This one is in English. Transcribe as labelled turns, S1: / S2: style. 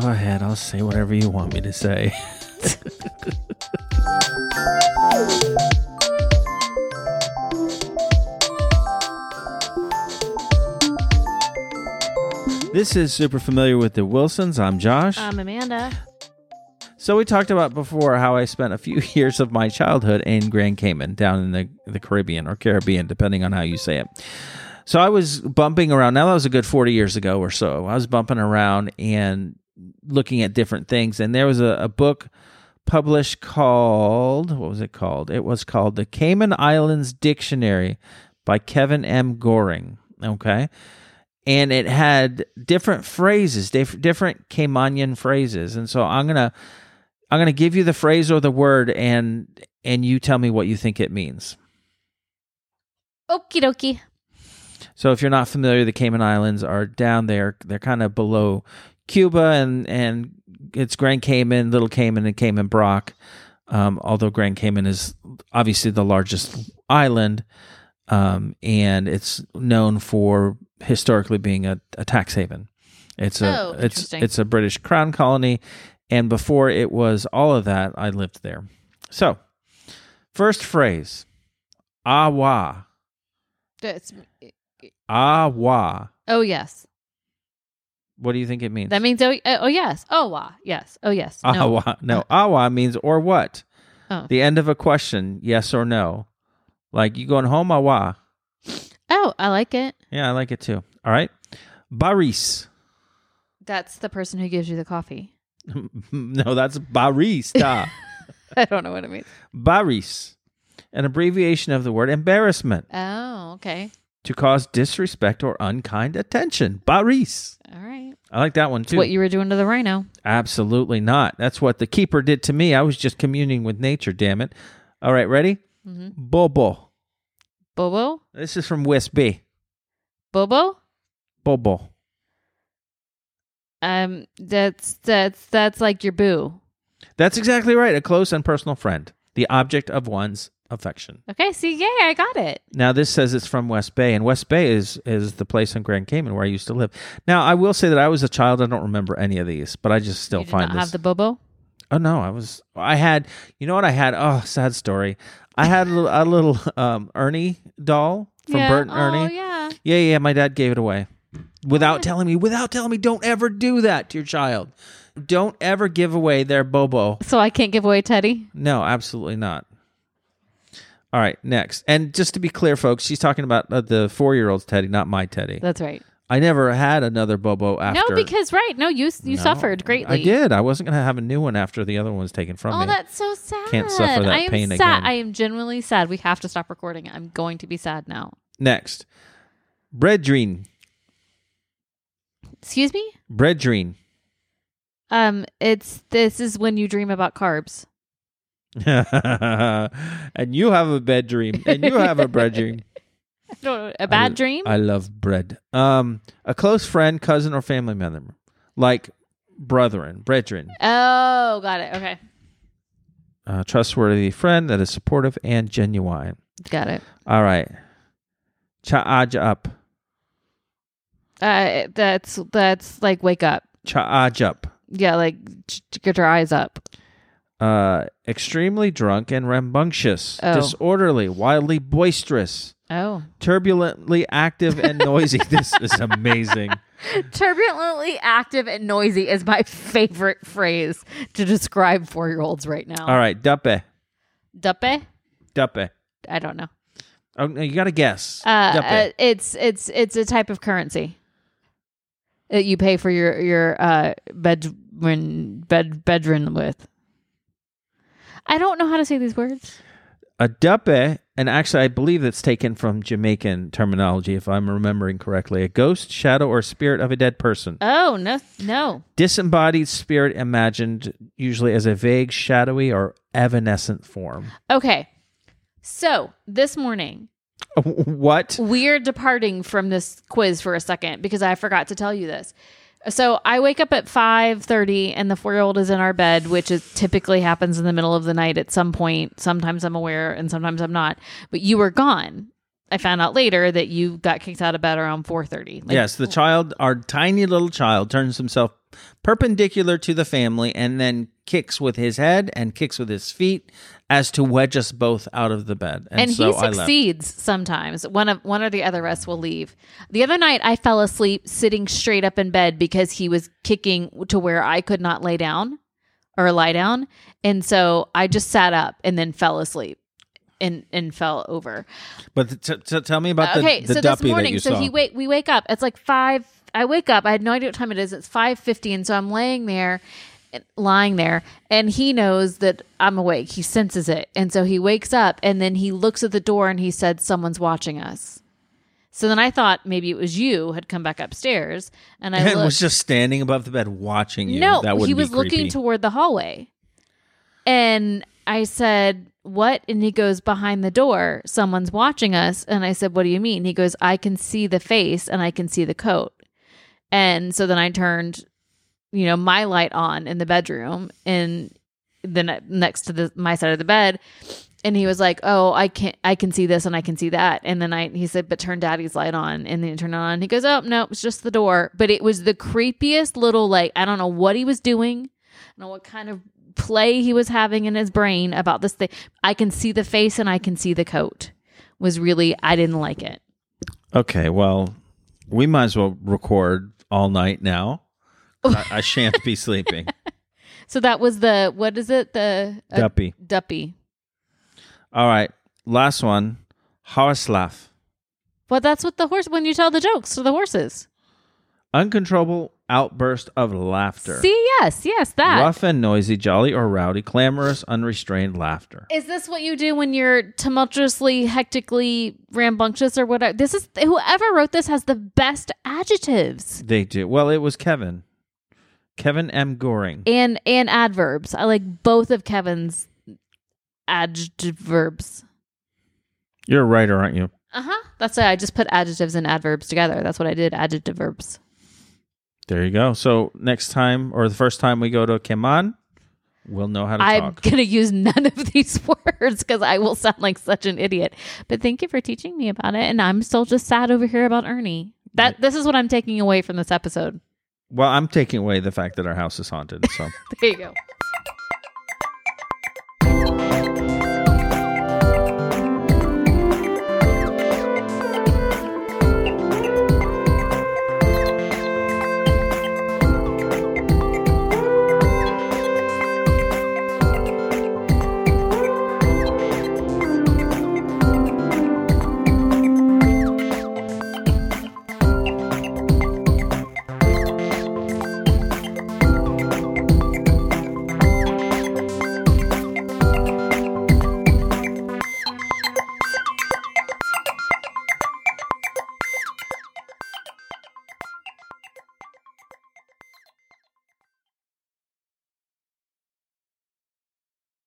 S1: Go ahead. I'll say whatever you want me to say. this is super familiar with the Wilsons. I'm Josh.
S2: I'm Um, Amanda.
S1: So we talked about before how I spent a few years of my childhood in Grand Cayman, down in the, the Caribbean or Caribbean, depending on how you say it. So I was bumping around. Now that was a good forty years ago or so. I was bumping around and looking at different things, and there was a, a book published called what was it called? It was called The Cayman Islands Dictionary by Kevin M. Goring. Okay and it had different phrases, dif- different Caymanian phrases. And so I'm gonna I'm gonna give you the phrase or the word, and and you tell me what you think it means.
S2: Okie dokie.
S1: So if you're not familiar, the Cayman Islands are down there. They're kind of below Cuba, and and it's Grand Cayman, Little Cayman, and Cayman Brock. Um, although Grand Cayman is obviously the largest island, um, and it's known for historically being a, a tax haven. It's a
S2: Oh,
S1: it's
S2: interesting.
S1: it's a British crown colony, and before it was all of that, I lived there. So, first phrase, ah wah,
S2: That's,
S1: ah wah.
S2: oh yes.
S1: What do you think it means?
S2: That means oh, oh yes. Oh wow. Yes. Oh yes.
S1: awa.
S2: No.
S1: No, awa means or what?
S2: Oh.
S1: The end of a question, yes or no. Like you going home, awa.
S2: Oh, I like it.
S1: Yeah, I like it too. All right. Baris.
S2: That's the person who gives you the coffee.
S1: no, that's barista.
S2: I don't know what it means.
S1: Baris, an abbreviation of the word embarrassment,
S2: Oh, okay.
S1: to cause disrespect or unkind attention. Baris.
S2: All right.
S1: I like that one
S2: It's
S1: too.
S2: what you were doing to the rhino.
S1: Absolutely not. That's what the keeper did to me. I was just communing with nature, damn it. All right, ready?
S2: hmm
S1: Bobo.
S2: Bobo?
S1: This is from West B.
S2: Bobo?
S1: Bobo.
S2: Um that's that's that's like your boo.
S1: That's exactly right. A close and personal friend, the object of one's affection.
S2: Okay, see, yay, I got it.
S1: Now, this says it's from West Bay, and West Bay is is the place on Grand Cayman where I used to live. Now, I will say that I was a child. I don't remember any of these, but I just still
S2: you did
S1: find
S2: not
S1: this.
S2: have the Bobo?
S1: oh no, I was. I had. You know what I had? Oh, sad story. I had a little, a little um, Ernie doll from
S2: yeah.
S1: Bert and
S2: oh,
S1: Ernie.
S2: yeah. Oh.
S1: Yeah, yeah, my dad gave it away without
S2: What?
S1: telling me. Without telling me, don't ever do that to your child. Don't ever give away their bobo.
S2: So I can't give away Teddy?
S1: No, absolutely not. All right, next. And just to be clear, folks, she's talking about uh, the four-year-old's teddy, not my teddy.
S2: That's right.
S1: I never had another bobo after.
S2: No, because right. No, you you
S1: No,
S2: suffered greatly.
S1: I did. I wasn't going to have a new one after the other one was taken from
S2: Oh,
S1: me.
S2: that's so sad.
S1: Can't suffer that
S2: I am
S1: pain
S2: sad.
S1: again.
S2: I am genuinely sad. We have to stop recording. I'm going to be sad now.
S1: Next, bredrine.
S2: Excuse me?
S1: Bredrine.
S2: Um, it's this is when you dream about carbs.
S1: and you have a bed dream, and you have a bread dream.
S2: I don't know, A bad
S1: I-
S2: dream?
S1: I love bread. Um, a close friend, cousin, or family member, like brethren, brethren,
S2: oh, got it. Okay.
S1: a trustworthy friend that is supportive and genuine.
S2: Got it.
S1: All right, chaaj up,
S2: Uh that's that's like wake up.
S1: chaaj up.
S2: Yeah, like ch- ch- get your eyes up.
S1: Uh, extremely drunk and rambunctious,
S2: Oh.
S1: disorderly, wildly boisterous,
S2: Oh.
S1: turbulently active and noisy. this is amazing.
S2: Turbulently active and noisy is my favorite phrase to describe 4-year-olds right now.
S1: All right, dupe,
S2: Dupe?
S1: dupe.
S2: I don't know.
S1: Oh, no, you got to guess.
S2: Uh, uh, it's it's it's a type of currency that you pay for your your uh bed when bed bedroom with. I don't know how to say these words.
S1: A dupe, and actually, I believe that's taken from Jamaican terminology, if I'm remembering correctly. A ghost, shadow, or spirit of a dead person.
S2: Oh no no
S1: Disembodied spirit imagined usually as a vague, shadowy, or evanescent form.
S2: okay. So this morning
S1: what?
S2: we're departing from this quiz for a second because I forgot to tell you this. So I wake up at five thirty, and the four-year-old is in our bed, which is typically happens in the middle of the night at some point. Sometimes I'm aware, and sometimes I'm not. But you were gone, I found out later that you got kicked out of bed around four thirty. Like,
S1: yes, the child, our tiny little child, turns himself perpendicular to the family and then kicks with his head and kicks with his feet as to wedge us both out of the bed. And,
S2: and
S1: so
S2: he
S1: I left.
S2: succeeds sometimes. One of one or the other of us will leave. The other night, I fell asleep sitting straight up in bed because he was kicking to where I could not lay down or lie down, and so I just sat up and then fell asleep and and fell over.
S1: But t- t- tell me about the,
S2: okay,
S1: the
S2: so
S1: duppy
S2: this morning,
S1: that you
S2: so
S1: saw.
S2: he wait, we wake up. It's like five. I wake up. I had no idea what time it is. It's five fifty, and so I'm laying there, and- lying there, and he knows that I'm awake. He senses it, and so he wakes up, and then he looks at the door, and he said, "Someone's watching us." So then I thought maybe it was you had come back upstairs, and I
S1: and
S2: looked.
S1: was just standing above the bed watching you.
S2: No,
S1: that would
S2: he was looking toward the hallway. And I said, What? And he goes, Behind the door, someone's watching us. And I said, What do you mean? He goes, I can see the face and I can see the coat. And so then I turned, you know, my light on in the bedroom and then I- next to the my side of the bed. And he was like, "Oh, I can I can see this and I can see that." And then I he said, "But turn Daddy's light on." And then he turned it on. He goes, "Oh no, it's just the door." But it was the creepiest little like I don't know what he was doing, I don't know what kind of play he was having in his brain about this thing. I can see the face and I can see the coat. Was really I didn't like it.
S1: Okay, well, we might as well record all night now.
S2: Oh.
S1: 'cause I, I shan't be sleeping.
S2: So that was the what is it the uh,
S1: Duppy.
S2: duppy.
S1: All right, last one. Haraslav.
S2: Well, that's what the horse when you tell the jokes to the horses.
S1: Uncontrollable outburst of laughter.
S2: See, yes, yes, that.
S1: Rough and noisy, jolly or rowdy, clamorous, unrestrained laughter.
S2: Is this what you do when you're tumultuously, hectically rambunctious or whatever? This is whoever wrote this has the best adjectives
S1: They do. Well, it was Kevin. Kevin M. Goring.
S2: and and adverbs. I like both of Kevin's adverbs.
S1: You're a writer, aren't you?
S2: Uh huh. That's why I just put adjectives and adverbs together. That's what I did. Adjective verbs.
S1: There you go. So next time or the first time we go to Keman, we'll know how to
S2: I'm
S1: talk.
S2: gonna use none of these words because I will sound like such an idiot. But thank you for teaching me about it. And I'm still just sad over here about Ernie. That this is what I'm taking away from this episode.
S1: Well, I'm taking away the fact that our house is haunted. So.
S2: There you go.